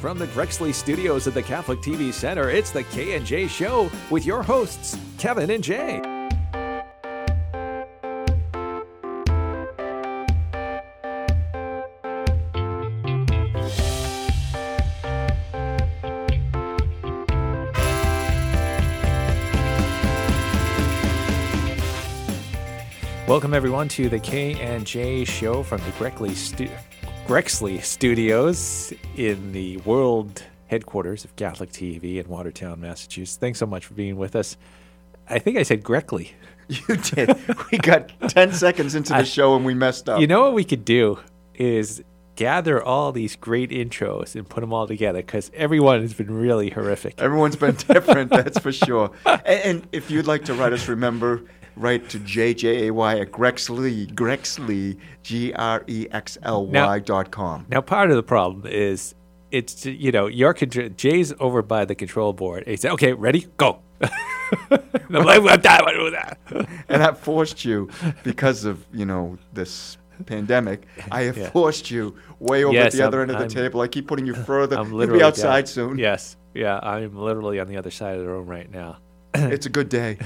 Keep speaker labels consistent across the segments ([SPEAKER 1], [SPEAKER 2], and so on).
[SPEAKER 1] From the Grexley Studios at the Catholic TV Center, it's the K&J Show with your hosts, Kevin and Jay. Welcome everyone to the K and J show from the Grexley, stu- Grexley Studios in the world headquarters of Catholic TV in Watertown, Massachusetts. Thanks so much for being with us. I think I said Grexley.
[SPEAKER 2] You did. We got 10 seconds into the show and we messed up.
[SPEAKER 1] You know what we could do is gather all these great intros and put them all together because everyone has been really horrific.
[SPEAKER 2] Everyone's been different, that's for sure. And, and if you'd like to write us, remember, write to JJAY at Grexley, Grexley, G R E X L
[SPEAKER 1] Now-
[SPEAKER 2] Y dot com.
[SPEAKER 1] Now, part of the problem is it's you know your control. Jay's over by the control board. He said, "Okay, ready, go." And I'm like, "What that? What was that?"
[SPEAKER 2] And I forced you because of, you know, this pandemic. I have forced you way over
[SPEAKER 1] Yes,
[SPEAKER 2] at the other
[SPEAKER 1] I'm-
[SPEAKER 2] end of the
[SPEAKER 1] I'm-
[SPEAKER 2] table. I keep putting you further.
[SPEAKER 1] I'm
[SPEAKER 2] You'll
[SPEAKER 1] literally
[SPEAKER 2] be
[SPEAKER 1] down-
[SPEAKER 2] outside soon.
[SPEAKER 1] Yes, yeah, I'm literally on the other side of the room right now.
[SPEAKER 2] It's a good day.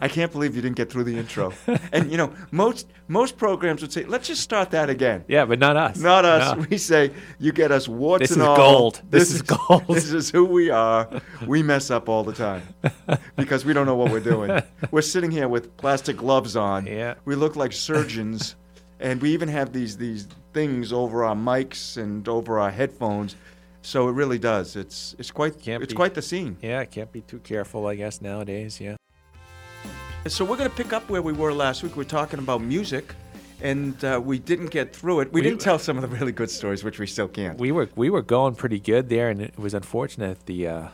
[SPEAKER 2] I can't believe you didn't get through the intro. And you know, most most programs would say, "Let's just start that again."
[SPEAKER 1] Yeah, but not us.
[SPEAKER 2] Not us.
[SPEAKER 1] No.
[SPEAKER 2] We say, "You get us warts
[SPEAKER 1] This
[SPEAKER 2] and
[SPEAKER 1] is
[SPEAKER 2] all."
[SPEAKER 1] gold. This is gold.
[SPEAKER 2] This is who we are. We mess up all the time because we don't know what we're doing. We're sitting here with plastic gloves on.
[SPEAKER 1] Yeah.
[SPEAKER 2] We look like surgeons, and we even have these these things over our mics and over our headphones. So it really does. It's it's quite
[SPEAKER 1] Can't
[SPEAKER 2] it's
[SPEAKER 1] be-
[SPEAKER 2] quite the scene.
[SPEAKER 1] Yeah, can't be too careful, I guess nowadays. Yeah.
[SPEAKER 2] So we're going to pick up where we were last week. We're talking about music, and uh, we didn't get through it. We, didn't tell some of the really good stories, which we still can't.
[SPEAKER 1] we were we were going pretty good there, and it was unfortunate the uh,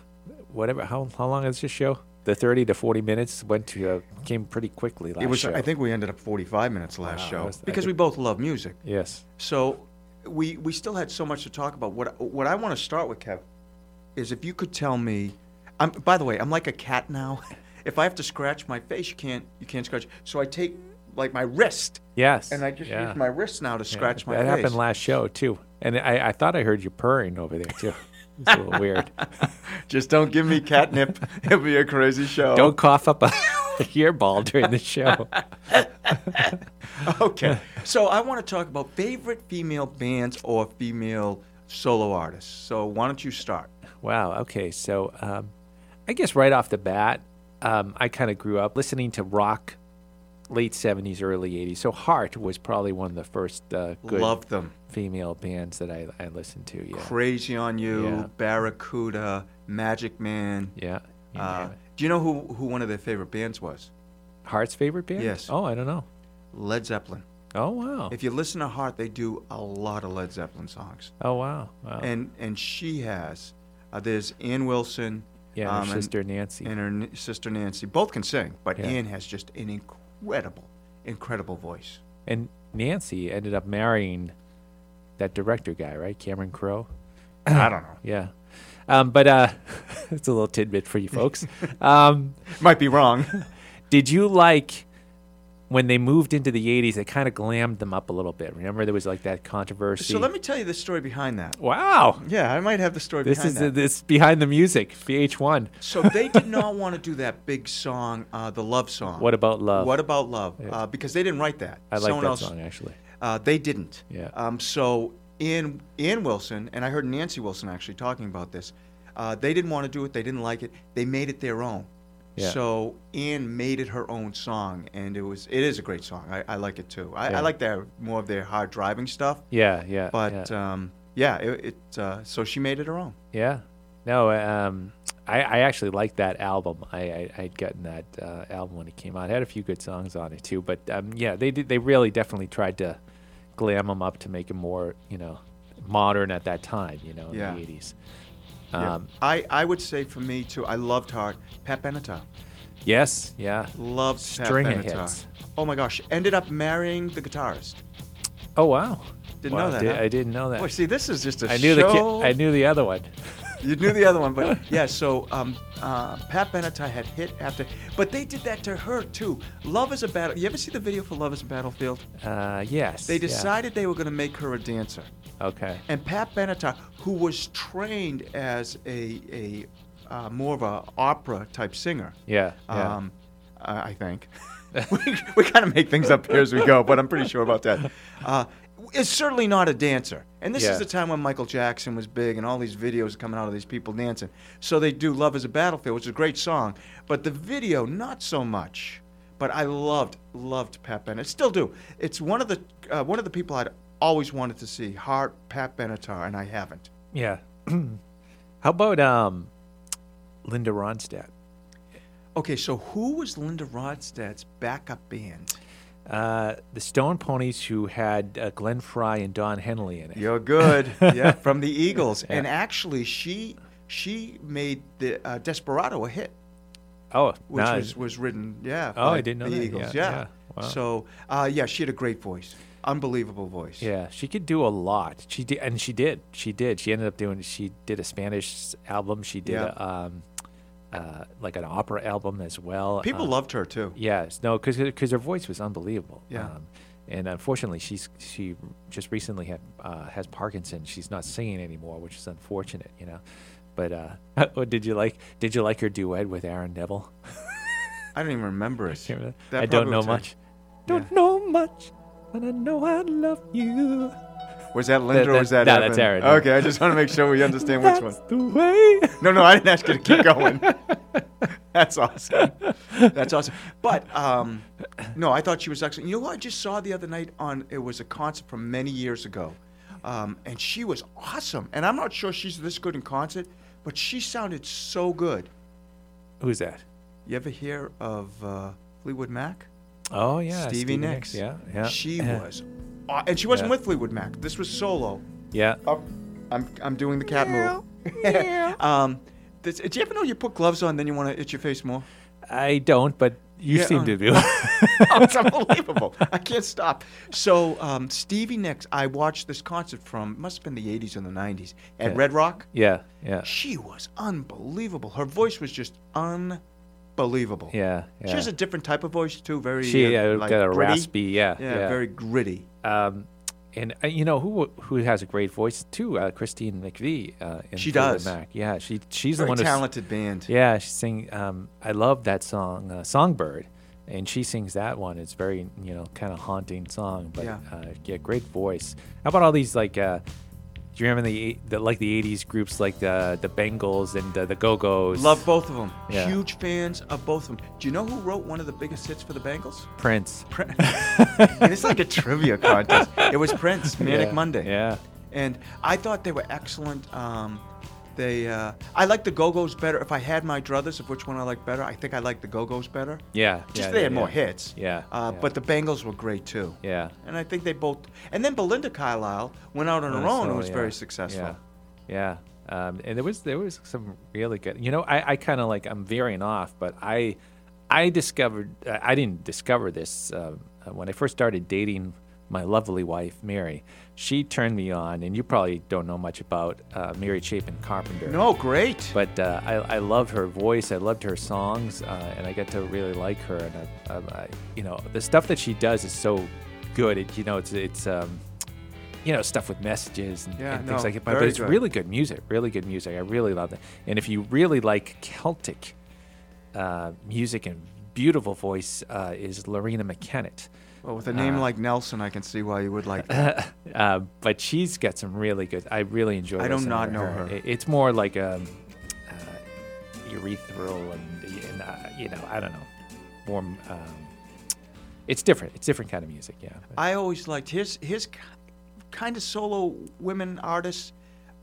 [SPEAKER 1] whatever how how long is this show? The thirty to forty minutes went to uh, came pretty quickly last
[SPEAKER 2] It was.
[SPEAKER 1] show.
[SPEAKER 2] I think we ended up 45 minutes last
[SPEAKER 1] Wow,
[SPEAKER 2] show
[SPEAKER 1] that's- I
[SPEAKER 2] because
[SPEAKER 1] think-
[SPEAKER 2] we both love music.
[SPEAKER 1] yes.
[SPEAKER 2] So we we still had so much to talk about. What what I want to start with, Kev, is if you could tell me. I'm, by the way, I'm like a cat now. If I have to scratch my face, you can't you can't scratch. So I take like my wrist,
[SPEAKER 1] Yes.
[SPEAKER 2] and I just
[SPEAKER 1] yeah.
[SPEAKER 2] use my wrist now to
[SPEAKER 1] Yeah,
[SPEAKER 2] scratch my
[SPEAKER 1] that
[SPEAKER 2] face.
[SPEAKER 1] happened last show too, and I, I thought I heard you purring over there too. It's a little weird.
[SPEAKER 2] Just don't give me catnip. It'll be a crazy show.
[SPEAKER 1] Don't cough up a ear ball during the show.
[SPEAKER 2] Okay. so I want to talk about favorite female bands or female solo artists. So why don't you start?
[SPEAKER 1] Wow. Okay. So, um, I guess right off the bat, um, I kind of grew up listening to rock, late '70s, early '80s. So Heart was probably one of the first uh, good
[SPEAKER 2] Love them.
[SPEAKER 1] female bands that I, I listened to. Yeah.
[SPEAKER 2] Crazy on You,
[SPEAKER 1] Yeah.
[SPEAKER 2] Barracuda, Magic Man.
[SPEAKER 1] Yeah. you
[SPEAKER 2] Uh,
[SPEAKER 1] name it.
[SPEAKER 2] do you know who, who one of their favorite bands was?
[SPEAKER 1] Heart's favorite band?
[SPEAKER 2] yes.
[SPEAKER 1] Oh, I don't know.
[SPEAKER 2] Led Zeppelin.
[SPEAKER 1] Oh wow.
[SPEAKER 2] If you listen to Heart, they do a lot of Led Zeppelin songs.
[SPEAKER 1] Oh wow. Wow.
[SPEAKER 2] And and she has. Uh, there's Ann Wilson.
[SPEAKER 1] yeah.
[SPEAKER 2] um,
[SPEAKER 1] her
[SPEAKER 2] and-
[SPEAKER 1] sister Nancy.
[SPEAKER 2] and her n- sister Nancy. Both can sing, but
[SPEAKER 1] Yeah.
[SPEAKER 2] Anne has just an incredible, incredible voice.
[SPEAKER 1] And Nancy ended up marrying that director guy, right? Cameron Crowe.
[SPEAKER 2] I don't know.
[SPEAKER 1] Yeah. Um, but uh, it's a little tidbit for you folks. um,
[SPEAKER 2] Might be wrong.
[SPEAKER 1] did you like when they moved into the 80s, it kind of glammed them up a little bit? Remember, there was like that controversy.
[SPEAKER 2] so let me tell you the story behind that.
[SPEAKER 1] wow.
[SPEAKER 2] Yeah, I might have the story
[SPEAKER 1] This
[SPEAKER 2] behind
[SPEAKER 1] is
[SPEAKER 2] that.
[SPEAKER 1] this behind the music, VH1.
[SPEAKER 2] so they did not want to do that big song, uh, the love song.
[SPEAKER 1] What about love?
[SPEAKER 2] What about love? Uh, because they didn't write that.
[SPEAKER 1] I like
[SPEAKER 2] Someone
[SPEAKER 1] that
[SPEAKER 2] else,
[SPEAKER 1] song actually.
[SPEAKER 2] Uh, they didn't.
[SPEAKER 1] Yeah.
[SPEAKER 2] Um, so Ann Ann Wilson and I heard Nancy Wilson actually talking about this. Uh, they didn't want to do it. They didn't like it. They made it their own.
[SPEAKER 1] Yeah.
[SPEAKER 2] So Ann made it her own song, and it was it is a great song. I, I like it too. I,
[SPEAKER 1] Yeah.
[SPEAKER 2] I like their more of their hard driving stuff.
[SPEAKER 1] Yeah, yeah. yeah.
[SPEAKER 2] But yeah, um, yeah it, it uh, so she made it her own.
[SPEAKER 1] Yeah. No, um, I, I actually liked that album. I, I I'd gotten that uh, album when it came out. It had a few good songs on it too. But um, yeah, they did, they really definitely tried to glam them up to make them more you know modern at that time. You know, in
[SPEAKER 2] Yeah.
[SPEAKER 1] the eighties.
[SPEAKER 2] Yeah.
[SPEAKER 1] Um,
[SPEAKER 2] I, I would say for me too. I loved Heart. Pat Benatar
[SPEAKER 1] Yes. Yeah.
[SPEAKER 2] loved
[SPEAKER 1] String of
[SPEAKER 2] Pat Benatar.
[SPEAKER 1] hits.
[SPEAKER 2] Oh my gosh! Ended up marrying the guitarist.
[SPEAKER 1] Oh wow.
[SPEAKER 2] Didn't
[SPEAKER 1] Wow,
[SPEAKER 2] know that,
[SPEAKER 1] di-
[SPEAKER 2] huh?
[SPEAKER 1] I didn't know that.
[SPEAKER 2] Boy, see, this is just a
[SPEAKER 1] I knew the
[SPEAKER 2] show.
[SPEAKER 1] ki- I knew the other one.
[SPEAKER 2] You knew the other one, but yeah. So um, uh, Pat Benatar had hit after, but they did that to her too. Love is a battle. You ever see the video for Love is a Battlefield?
[SPEAKER 1] Uh, yes.
[SPEAKER 2] They
[SPEAKER 1] yeah.
[SPEAKER 2] decided they were going to make her a dancer.
[SPEAKER 1] Okay.
[SPEAKER 2] And Pat Benatar, who was trained as a, a uh, more of a opera type singer.
[SPEAKER 1] Yeah. yeah.
[SPEAKER 2] Um, I I think we, we kind of make things up here as we go, but I'm pretty sure about that. Uh, is certainly not a dancer, and this
[SPEAKER 1] Yeah.
[SPEAKER 2] is the time when Michael Jackson was big, and all these videos coming out of these people dancing. So they do "Love Is a Battlefield," which is a great song, but the video not so much. But I loved loved Pat Benatar. Still do. It's one of the uh, one of the people I'd always wanted to see. Heart Pat Benatar, and I haven't.
[SPEAKER 1] yeah. How about um, Linda Ronstadt?
[SPEAKER 2] Okay, so who was Linda Rodstad's backup band?
[SPEAKER 1] Uh, the Stone Ponies, who had uh, Glenn Fry and Don Henley in it.
[SPEAKER 2] You're good. yeah, from the Eagles. And actually, she she made the uh, Desperado a hit,
[SPEAKER 1] Oh,
[SPEAKER 2] which
[SPEAKER 1] nice.
[SPEAKER 2] was, was written. Yeah.
[SPEAKER 1] Oh,
[SPEAKER 2] by
[SPEAKER 1] I didn't know
[SPEAKER 2] the
[SPEAKER 1] that.
[SPEAKER 2] Eagles.
[SPEAKER 1] Yeah,
[SPEAKER 2] Yeah.
[SPEAKER 1] yeah. Wow.
[SPEAKER 2] So uh, yeah, she had a great voice, unbelievable voice.
[SPEAKER 1] Yeah, she could do a lot. She did, and she did. She did. She ended up doing. She did a Spanish album. She did
[SPEAKER 2] Yeah.
[SPEAKER 1] a, um, uh, like an opera album as well.
[SPEAKER 2] People
[SPEAKER 1] Um,
[SPEAKER 2] loved her too.
[SPEAKER 1] yes, no, because because her voice was unbelievable. Um,
[SPEAKER 2] Yeah.
[SPEAKER 1] and unfortunately, she's she just recently had uh, has Parkinson's. She's not singing anymore, which is unfortunate, you know. But uh, what did you like? Did you like her duet with Aaron Neville?
[SPEAKER 2] I don't even remember it.
[SPEAKER 1] Can't remember.
[SPEAKER 2] That
[SPEAKER 1] I don't
[SPEAKER 2] probably
[SPEAKER 1] know
[SPEAKER 2] was her.
[SPEAKER 1] much. Don't know much, but I know I love you.
[SPEAKER 2] Was that Linda or was that
[SPEAKER 1] that- no,
[SPEAKER 2] Evan?
[SPEAKER 1] that's Aaron.
[SPEAKER 2] Okay, I just want to make sure we understand which one.
[SPEAKER 1] That's the way.
[SPEAKER 2] No, no, I didn't ask you to keep going. That's awesome. That's awesome. But um, no, I thought she was excellent. You know who I just saw the other night on? It was a concert from many years ago, um, and she was awesome. And I'm not sure she's this good in concert, but she sounded so good.
[SPEAKER 1] Who's that?
[SPEAKER 2] You ever hear of uh, Fleetwood Mac?
[SPEAKER 1] Oh yeah,
[SPEAKER 2] Stevie, Nicks.
[SPEAKER 1] Yeah, yeah.
[SPEAKER 2] She
[SPEAKER 1] yeah,
[SPEAKER 2] was, aw- and she wasn't
[SPEAKER 1] Yeah.
[SPEAKER 2] with Fleetwood Mac. This was solo.
[SPEAKER 1] Yeah.
[SPEAKER 2] Up. Oh, I'm I'm doing the cat move. um, this, do you ever know you put gloves on, then you want to itch your face more?
[SPEAKER 1] I don't, but you
[SPEAKER 2] Yeah,
[SPEAKER 1] seem
[SPEAKER 2] um,
[SPEAKER 1] to do.
[SPEAKER 2] oh, it's unbelievable. I can't stop. So um, Stevie Nicks, I watched this concert from must have been the '80s and the '90s at
[SPEAKER 1] Yeah.
[SPEAKER 2] Red Rock.
[SPEAKER 1] yeah, yeah,
[SPEAKER 2] She was unbelievable. Her voice was just unbelievable.
[SPEAKER 1] yeah, yeah.
[SPEAKER 2] She has a different type of voice too. Very
[SPEAKER 1] She,
[SPEAKER 2] uh,
[SPEAKER 1] uh,
[SPEAKER 2] like
[SPEAKER 1] got a
[SPEAKER 2] gritty.
[SPEAKER 1] raspy. Yeah,
[SPEAKER 2] Yeah, very gritty.
[SPEAKER 1] Um, and uh, you know who who has a great voice too? Uh, Christine McVie. Uh, in
[SPEAKER 2] She
[SPEAKER 1] Fleetwood
[SPEAKER 2] does.
[SPEAKER 1] Mac. Yeah, she she's the
[SPEAKER 2] Very
[SPEAKER 1] one who's
[SPEAKER 2] talented band.
[SPEAKER 1] Yeah, she sing. Um, I love that song, uh, Songbird, and she sings that one. It's very you know kind of haunting song, but
[SPEAKER 2] Yeah.
[SPEAKER 1] Uh, yeah, great voice. How about all these like? Uh, do you remember the, eight- the like the '80s groups like uh, the the Bengals and the, the Go Go's?
[SPEAKER 2] Love both of them.
[SPEAKER 1] Yeah.
[SPEAKER 2] Huge fans of both of them. Do you know who wrote one of the biggest hits for the Bengals?
[SPEAKER 1] Prince.
[SPEAKER 2] Prince. and it's like a trivia contest. It was Prince, Manic
[SPEAKER 1] Yeah,
[SPEAKER 2] Monday.
[SPEAKER 1] Yeah.
[SPEAKER 2] and I thought they were excellent. Um, they, uh, I like the Go Go's better. If I had my druthers of which one I like better, I think I like the Go Go's better.
[SPEAKER 1] Yeah.
[SPEAKER 2] Just
[SPEAKER 1] yeah,
[SPEAKER 2] they
[SPEAKER 1] yeah,
[SPEAKER 2] had more
[SPEAKER 1] yeah.
[SPEAKER 2] hits.
[SPEAKER 1] Yeah,
[SPEAKER 2] Uh,
[SPEAKER 1] yeah.
[SPEAKER 2] But the Bengals were great too.
[SPEAKER 1] Yeah.
[SPEAKER 2] And I think they both. And then Belinda Carlisle went out on her own and was very successful.
[SPEAKER 1] Oh, Yeah. Yeah. Um, and there was there was some really good. You know, I, I kind of like I'm veering off, but I I discovered I I didn't discover this um, uh, when I first started dating my lovely wife Mary. She turned me on, and you probably don't know much about uh, Mary Chapin Carpenter.
[SPEAKER 2] No, great.
[SPEAKER 1] But uh, I, I loved her voice. I loved her songs, uh, and I got to really like her. And I, I, I, you know, the stuff that she does is so good. It, you know, it's it's um, you know stuff with messages and,
[SPEAKER 2] Yeah,
[SPEAKER 1] and things
[SPEAKER 2] no,
[SPEAKER 1] like it. But, but
[SPEAKER 2] very
[SPEAKER 1] it's
[SPEAKER 2] good.
[SPEAKER 1] really good music. Really good music. I really love it. And if you really like Celtic uh, music and beautiful voice, uh, is Lorena McKennett.
[SPEAKER 2] well, with a name like Nelson, I can see why you would like. That.
[SPEAKER 1] Uh, but she's got some really good. I really enjoy.
[SPEAKER 2] I do
[SPEAKER 1] listening
[SPEAKER 2] not
[SPEAKER 1] to
[SPEAKER 2] know her.
[SPEAKER 1] It- it's more like um uh, urethral and, and uh, you know I don't know, more. Um, it's different. It's different kind of music. Yeah.
[SPEAKER 2] I always liked his his kind of solo women artists,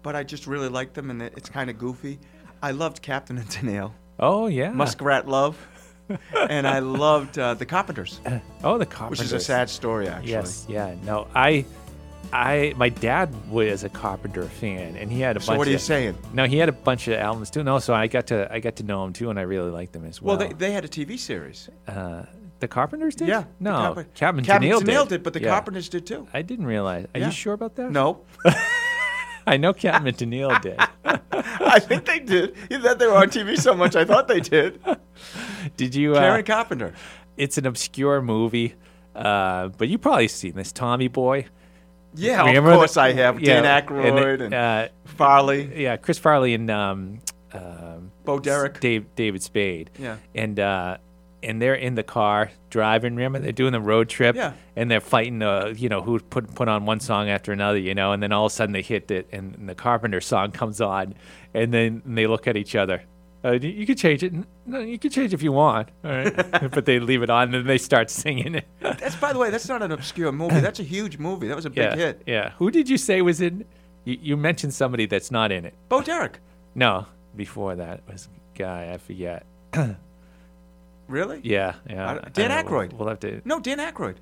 [SPEAKER 2] but I just really liked them, and it- it's kind of goofy. I loved Captain and Tennille.
[SPEAKER 1] oh yeah.
[SPEAKER 2] Muskrat Love, and I loved uh, The Carpenters,
[SPEAKER 1] Oh, the
[SPEAKER 2] which
[SPEAKER 1] Carpenters.
[SPEAKER 2] is a sad story, actually.
[SPEAKER 1] Yes. Yeah. No. I. I. My dad was a Carpenter fan, and he had a
[SPEAKER 2] So
[SPEAKER 1] bunch.
[SPEAKER 2] what are you
[SPEAKER 1] of,
[SPEAKER 2] saying?
[SPEAKER 1] No, he had a bunch of albums too. No, so I got to I got to know him too, and I really liked them as
[SPEAKER 2] Well,
[SPEAKER 1] well.
[SPEAKER 2] they, they had a TV series.
[SPEAKER 1] uh, the Carpenters did.
[SPEAKER 2] Yeah.
[SPEAKER 1] No,
[SPEAKER 2] the Carpe-
[SPEAKER 1] Captain Tennille
[SPEAKER 2] Captain Tennille did, but The
[SPEAKER 1] Yeah.
[SPEAKER 2] Carpenters did too.
[SPEAKER 1] I didn't realize. Are
[SPEAKER 2] Yeah.
[SPEAKER 1] you sure about that?
[SPEAKER 2] No,
[SPEAKER 1] I know Cat Mentanil did.
[SPEAKER 2] I think they did. You thought they were on TV so much, I thought they did.
[SPEAKER 1] Uh, Did you? Uh,
[SPEAKER 2] Karen Carpenter.
[SPEAKER 1] it's an obscure movie, uh, but you probably seen this Tommy Boy.
[SPEAKER 2] Yeah,
[SPEAKER 1] Remember the-
[SPEAKER 2] of course I have.
[SPEAKER 1] yeah,
[SPEAKER 2] Dan Aykroyd and,
[SPEAKER 1] and, uh,
[SPEAKER 2] Farley,
[SPEAKER 1] yeah, Chris Farley and um, um,
[SPEAKER 2] Bo Derek.
[SPEAKER 1] Dave, David Spade.
[SPEAKER 2] Yeah.
[SPEAKER 1] And uh, and they're in the car driving. Remember, they're doing the road trip.
[SPEAKER 2] Yeah.
[SPEAKER 1] And they're fighting. Uh, you know, who put put on one song after another. You know, and then all of a sudden they hit it, and, and the Carpenter song comes on, and then they look at each other. Uh, you, you could change it. No, you could change if you want. All right. but they leave it on, and then they start singing it.
[SPEAKER 2] That's by the way, that's not an obscure movie. That's a huge movie. That was a big
[SPEAKER 1] yeah.
[SPEAKER 2] hit.
[SPEAKER 1] Yeah. Who did you say was in? You, you mentioned somebody that's not in it.
[SPEAKER 2] Bo Derek.
[SPEAKER 1] No, before that was a guy I forget.
[SPEAKER 2] Really?
[SPEAKER 1] Yeah, yeah.
[SPEAKER 2] I-
[SPEAKER 1] I don't
[SPEAKER 2] Dan
[SPEAKER 1] know, we'll-
[SPEAKER 2] Aykroyd.
[SPEAKER 1] We'll, have to.
[SPEAKER 2] No, Dan Aykroyd.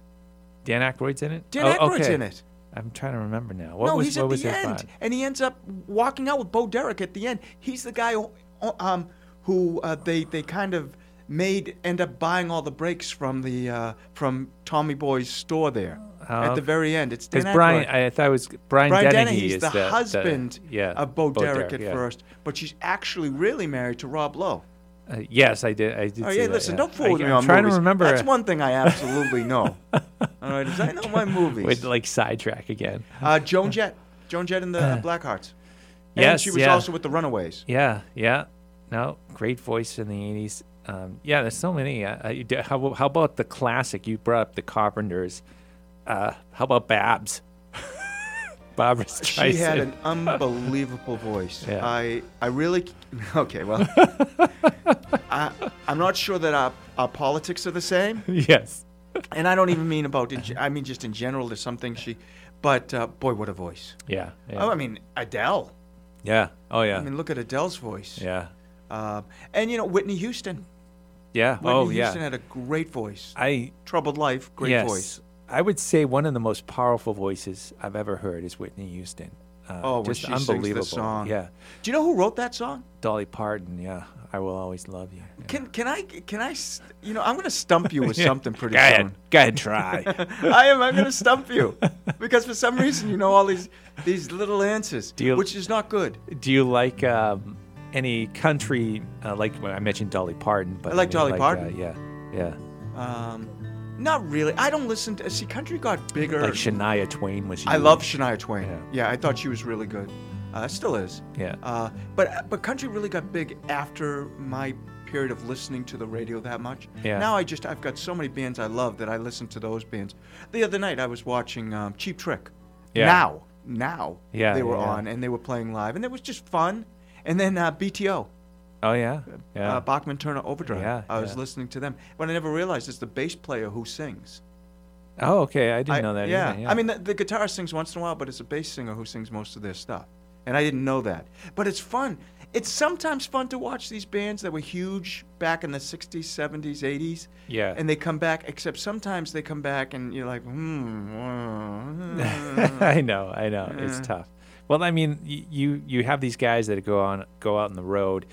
[SPEAKER 1] Dan Aykroyd's in it.
[SPEAKER 2] Dan
[SPEAKER 1] Oh,
[SPEAKER 2] Aykroyd's
[SPEAKER 1] okay.
[SPEAKER 2] in it.
[SPEAKER 1] I'm trying to remember now. What
[SPEAKER 2] no,
[SPEAKER 1] was
[SPEAKER 2] he's
[SPEAKER 1] what
[SPEAKER 2] at
[SPEAKER 1] was
[SPEAKER 2] the
[SPEAKER 1] his
[SPEAKER 2] end,
[SPEAKER 1] plot?
[SPEAKER 2] and he ends up walking out with Bo Derek at the end. He's the guy who, um, who uh, they they kind of made end up buying all the breaks from the uh, from Tommy Boy's store there at the
[SPEAKER 1] okay.
[SPEAKER 2] very end. It's Dan
[SPEAKER 1] Because
[SPEAKER 2] Aykroyd.
[SPEAKER 1] Brian, I thought it was Brian,
[SPEAKER 2] Brian
[SPEAKER 1] Dennehy,
[SPEAKER 2] Dennehy's
[SPEAKER 1] is
[SPEAKER 2] the, husband
[SPEAKER 1] yeah, Oh,
[SPEAKER 2] of Bo, Derek, at
[SPEAKER 1] yeah.
[SPEAKER 2] first, but she's actually really married to Rob Lowe.
[SPEAKER 1] Uh, yes, I did. I did.
[SPEAKER 2] Oh
[SPEAKER 1] see
[SPEAKER 2] yeah,
[SPEAKER 1] that,
[SPEAKER 2] listen,
[SPEAKER 1] yeah.
[SPEAKER 2] don't
[SPEAKER 1] I,
[SPEAKER 2] fool with me
[SPEAKER 1] I'm
[SPEAKER 2] on
[SPEAKER 1] trying
[SPEAKER 2] movies.
[SPEAKER 1] to remember.
[SPEAKER 2] That's
[SPEAKER 1] uh,
[SPEAKER 2] one thing I absolutely know. All right, is I know my movies.
[SPEAKER 1] Would like sidetrack again.
[SPEAKER 2] Uh, Joan Jett. Joan Jett and the uh, Blackhearts. And
[SPEAKER 1] Yes,
[SPEAKER 2] she was
[SPEAKER 1] yeah.
[SPEAKER 2] also with the Runaways.
[SPEAKER 1] Yeah, yeah. No, great voice in the '80s. Um, yeah, there's so many. Uh, uh, you d- how, how about the classic? You brought up the Carpenters. Uh, how about Babs? Barbara Streisand.
[SPEAKER 2] She had an unbelievable voice.
[SPEAKER 1] Yeah.
[SPEAKER 2] I, I really, okay, well, I, I'm not sure that our, our politics are the same.
[SPEAKER 1] yes.
[SPEAKER 2] And I don't even mean about, in, I mean just in general, there's something she, but uh, boy, what a voice.
[SPEAKER 1] Yeah. Yeah.
[SPEAKER 2] Oh, I mean, Adele.
[SPEAKER 1] yeah. Oh yeah.
[SPEAKER 2] I mean, look at Adele's voice.
[SPEAKER 1] yeah.
[SPEAKER 2] Um, and, you know, Whitney Houston.
[SPEAKER 1] Yeah.
[SPEAKER 2] Whitney
[SPEAKER 1] oh yeah.
[SPEAKER 2] Houston had a great voice.
[SPEAKER 1] I
[SPEAKER 2] Troubled Life, great
[SPEAKER 1] yes.
[SPEAKER 2] voice.
[SPEAKER 1] I would say one of the most powerful voices I've ever heard is Whitney Houston. Uh,
[SPEAKER 2] Oh, when
[SPEAKER 1] just
[SPEAKER 2] she sings the
[SPEAKER 1] unbelievable.
[SPEAKER 2] song.
[SPEAKER 1] Yeah.
[SPEAKER 2] Do you know who wrote that song?
[SPEAKER 1] Dolly Parton. Yeah. I will always love you. Yeah.
[SPEAKER 2] Can can I can I s- you know I'm gonna stump you with something pretty
[SPEAKER 1] Go ahead.
[SPEAKER 2] soon.
[SPEAKER 1] Go ahead. Try.
[SPEAKER 2] I am I'm gonna stump you because for some reason you know all these these little answers,
[SPEAKER 1] Do you-
[SPEAKER 2] which is not good.
[SPEAKER 1] Do you like um, any country? Uh, like well, I mentioned Dolly Parton, but
[SPEAKER 2] I like
[SPEAKER 1] mean,
[SPEAKER 2] Dolly Parton.
[SPEAKER 1] uh, yeah, yeah.
[SPEAKER 2] Um, not really. I don't listen to see country got bigger.
[SPEAKER 1] Like Shania Twain was.
[SPEAKER 2] I
[SPEAKER 1] huge.
[SPEAKER 2] love Shania Twain.
[SPEAKER 1] Yeah.
[SPEAKER 2] Yeah. I thought she was really good. Uh, still is.
[SPEAKER 1] Yeah.
[SPEAKER 2] Uh, but but country really got big after my period of listening to the radio that much.
[SPEAKER 1] Yeah.
[SPEAKER 2] Now I just I've got so many bands I love that I listen to those bands. The other night I was watching um, Cheap Trick.
[SPEAKER 1] Yeah.
[SPEAKER 2] Now now
[SPEAKER 1] Yeah,
[SPEAKER 2] they were
[SPEAKER 1] yeah.
[SPEAKER 2] on and they were playing live and it was just fun. And then uh, BTO.
[SPEAKER 1] Oh yeah, yeah.
[SPEAKER 2] Uh, Bachman Turner Overdrive.
[SPEAKER 1] Yeah,
[SPEAKER 2] I was
[SPEAKER 1] yeah.
[SPEAKER 2] listening to them, but I never realized it's the bass player who sings.
[SPEAKER 1] oh okay, I didn't
[SPEAKER 2] I-
[SPEAKER 1] know that.
[SPEAKER 2] Yeah.
[SPEAKER 1] either,
[SPEAKER 2] I mean, the, the guitarist sings once in a while, but it's a bass singer who sings most of their stuff. And I didn't know that. But it's fun. It's sometimes fun to watch these bands that were huge back in the 60s, 70s, 80s.
[SPEAKER 1] Yeah.
[SPEAKER 2] And they come back, except sometimes they come back and you're like, hmm. uh,
[SPEAKER 1] I know, I know. It's tough. Well, I mean, y- you you have these guys that go on go out on the road,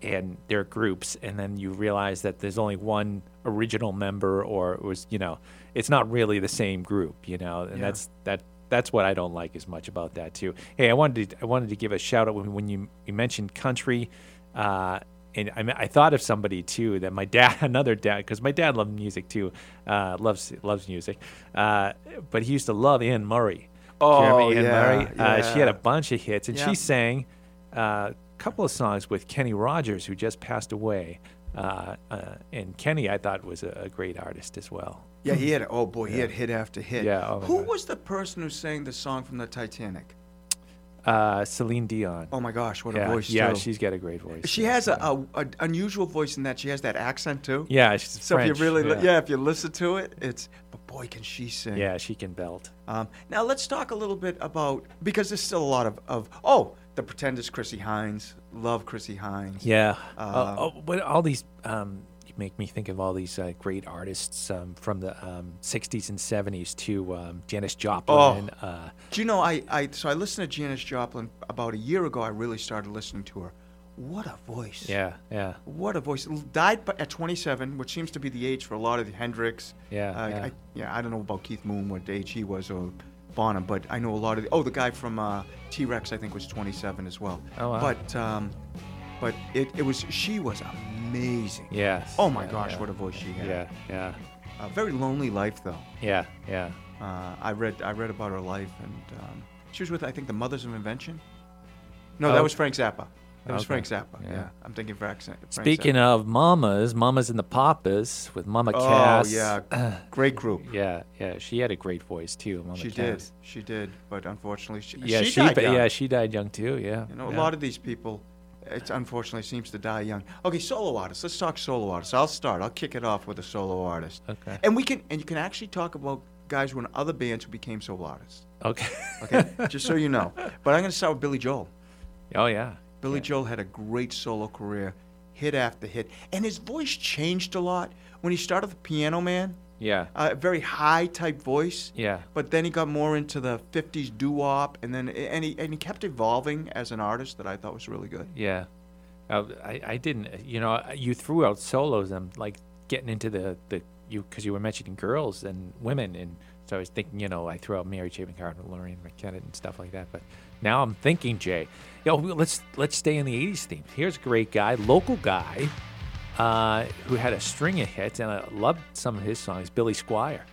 [SPEAKER 1] and they're groups, and then you realize that there's only one original member, or it was you know, it's not really the same group, you know, and that's that that's what I don't like as much about that too. Hey, I wanted to, I wanted to give a shout out when, when you you mentioned country. Uh, and I, mean, I thought of somebody too that my dad, another dad, because my dad loved music too, uh, loves loves music, uh, but he used to love Ann Murray. Do you remember
[SPEAKER 2] Oh,
[SPEAKER 1] Ann Murray?
[SPEAKER 2] yeah,
[SPEAKER 1] Uh, she had a
[SPEAKER 2] yeah.
[SPEAKER 1] bunch of hits, and
[SPEAKER 2] Yeah.
[SPEAKER 1] she sang uh, a couple of songs with Kenny Rogers, who just passed away. Uh, uh, and Kenny, I thought, was a, a great artist as well.
[SPEAKER 2] yeah, he had, oh boy, he had hit after hit.
[SPEAKER 1] Yeah, oh my
[SPEAKER 2] who
[SPEAKER 1] God.
[SPEAKER 2] was the person who sang the song from the Titanic?
[SPEAKER 1] Uh, Celine Dion.
[SPEAKER 2] Oh my gosh, what
[SPEAKER 1] yeah,
[SPEAKER 2] a voice,
[SPEAKER 1] yeah,
[SPEAKER 2] too.
[SPEAKER 1] she's got a great voice.
[SPEAKER 2] she has a, a, a unusual voice in that she has that accent, too.
[SPEAKER 1] yeah, she's
[SPEAKER 2] So
[SPEAKER 1] French.
[SPEAKER 2] if you really, li-
[SPEAKER 1] yeah.
[SPEAKER 2] yeah, if you listen to it, it's. But boy, can she sing!
[SPEAKER 1] yeah, she can belt.
[SPEAKER 2] Um, now let's talk a little bit about because there's still a lot of of oh the Pretenders, Chrissy Hines, love Chrissy Hines.
[SPEAKER 1] Yeah.
[SPEAKER 2] Uh,
[SPEAKER 1] Uh, oh, but all these um, you make me think of all these uh, great artists um, from the um, 60s and 70s to um,
[SPEAKER 2] Oh.
[SPEAKER 1] Janis Joplin. Uh,
[SPEAKER 2] Do you know I I so I listened to Janis Joplin about a year ago. I really started listening to her. What a voice!
[SPEAKER 1] yeah, yeah.
[SPEAKER 2] What a voice! L- Died b- at 27, which seems to be the age for a lot of the Hendrix.
[SPEAKER 1] Yeah,
[SPEAKER 2] Uh,
[SPEAKER 1] yeah.
[SPEAKER 2] I, yeah. I don't know about Keith Moon, what age he was, or Bonham, but I know a lot of the. Oh, the guy from uh, T Rex, I think, was 27 as well.
[SPEAKER 1] Oh, wow.
[SPEAKER 2] But um, but it, it was she was amazing.
[SPEAKER 1] Yes.
[SPEAKER 2] Oh my
[SPEAKER 1] yeah,
[SPEAKER 2] gosh,
[SPEAKER 1] yeah.
[SPEAKER 2] what a voice she had.
[SPEAKER 1] Yeah, yeah,
[SPEAKER 2] A very lonely life though.
[SPEAKER 1] yeah, yeah.
[SPEAKER 2] Uh, I read I read about her life, and um, she was with I think the Mothers of Invention. No, that
[SPEAKER 1] Oh.
[SPEAKER 2] was Frank Zappa. That was
[SPEAKER 1] Okay.
[SPEAKER 2] Frank Zappa.
[SPEAKER 1] Yeah.
[SPEAKER 2] Yeah, I'm thinking Frank. Frank
[SPEAKER 1] Speaking
[SPEAKER 2] Zappa.
[SPEAKER 1] of mamas, mamas and the papas with Mama
[SPEAKER 2] oh
[SPEAKER 1] Cass.
[SPEAKER 2] yeah, great group.
[SPEAKER 1] yeah, yeah. She had a great voice too, Mama
[SPEAKER 2] She did.
[SPEAKER 1] Cass.
[SPEAKER 2] She did. But unfortunately, she
[SPEAKER 1] Yeah,
[SPEAKER 2] she,
[SPEAKER 1] she,
[SPEAKER 2] died
[SPEAKER 1] but
[SPEAKER 2] young.
[SPEAKER 1] yeah, she died young too. Yeah.
[SPEAKER 2] You know,
[SPEAKER 1] yeah.
[SPEAKER 2] a lot of these people, it unfortunately seems to die young. Okay, solo artists. Let's talk solo artists. I'll start. I'll kick it off with a solo artist.
[SPEAKER 1] Okay.
[SPEAKER 2] And we can and you can actually talk about guys who are in other bands who became solo artists.
[SPEAKER 1] Okay.
[SPEAKER 2] Okay, just so you know. But I'm going to start with Billy Joel.
[SPEAKER 1] oh yeah.
[SPEAKER 2] Billy Joel had a great solo career, hit after hit, and his voice changed a lot when he started with Piano Man,
[SPEAKER 1] Yeah.
[SPEAKER 2] a very high type voice.
[SPEAKER 1] Yeah.
[SPEAKER 2] But then he got more into the '50s doo wop, and then and he and he kept evolving as an artist that I thought was really good.
[SPEAKER 1] Yeah. Uh, I, I didn't, you know, you threw out solos and like getting into the, the you, because you were mentioning girls and women. And so I was thinking, you know, I threw out Mary Chapin Carter and Lorraine McKenna and stuff like that. But now I'm thinking, Jay, yo, we- let's, let's stay in the 80s theme. Here's a great guy, local guy, uh, who had a string of hits and I loved some of his songs, Billy Squire.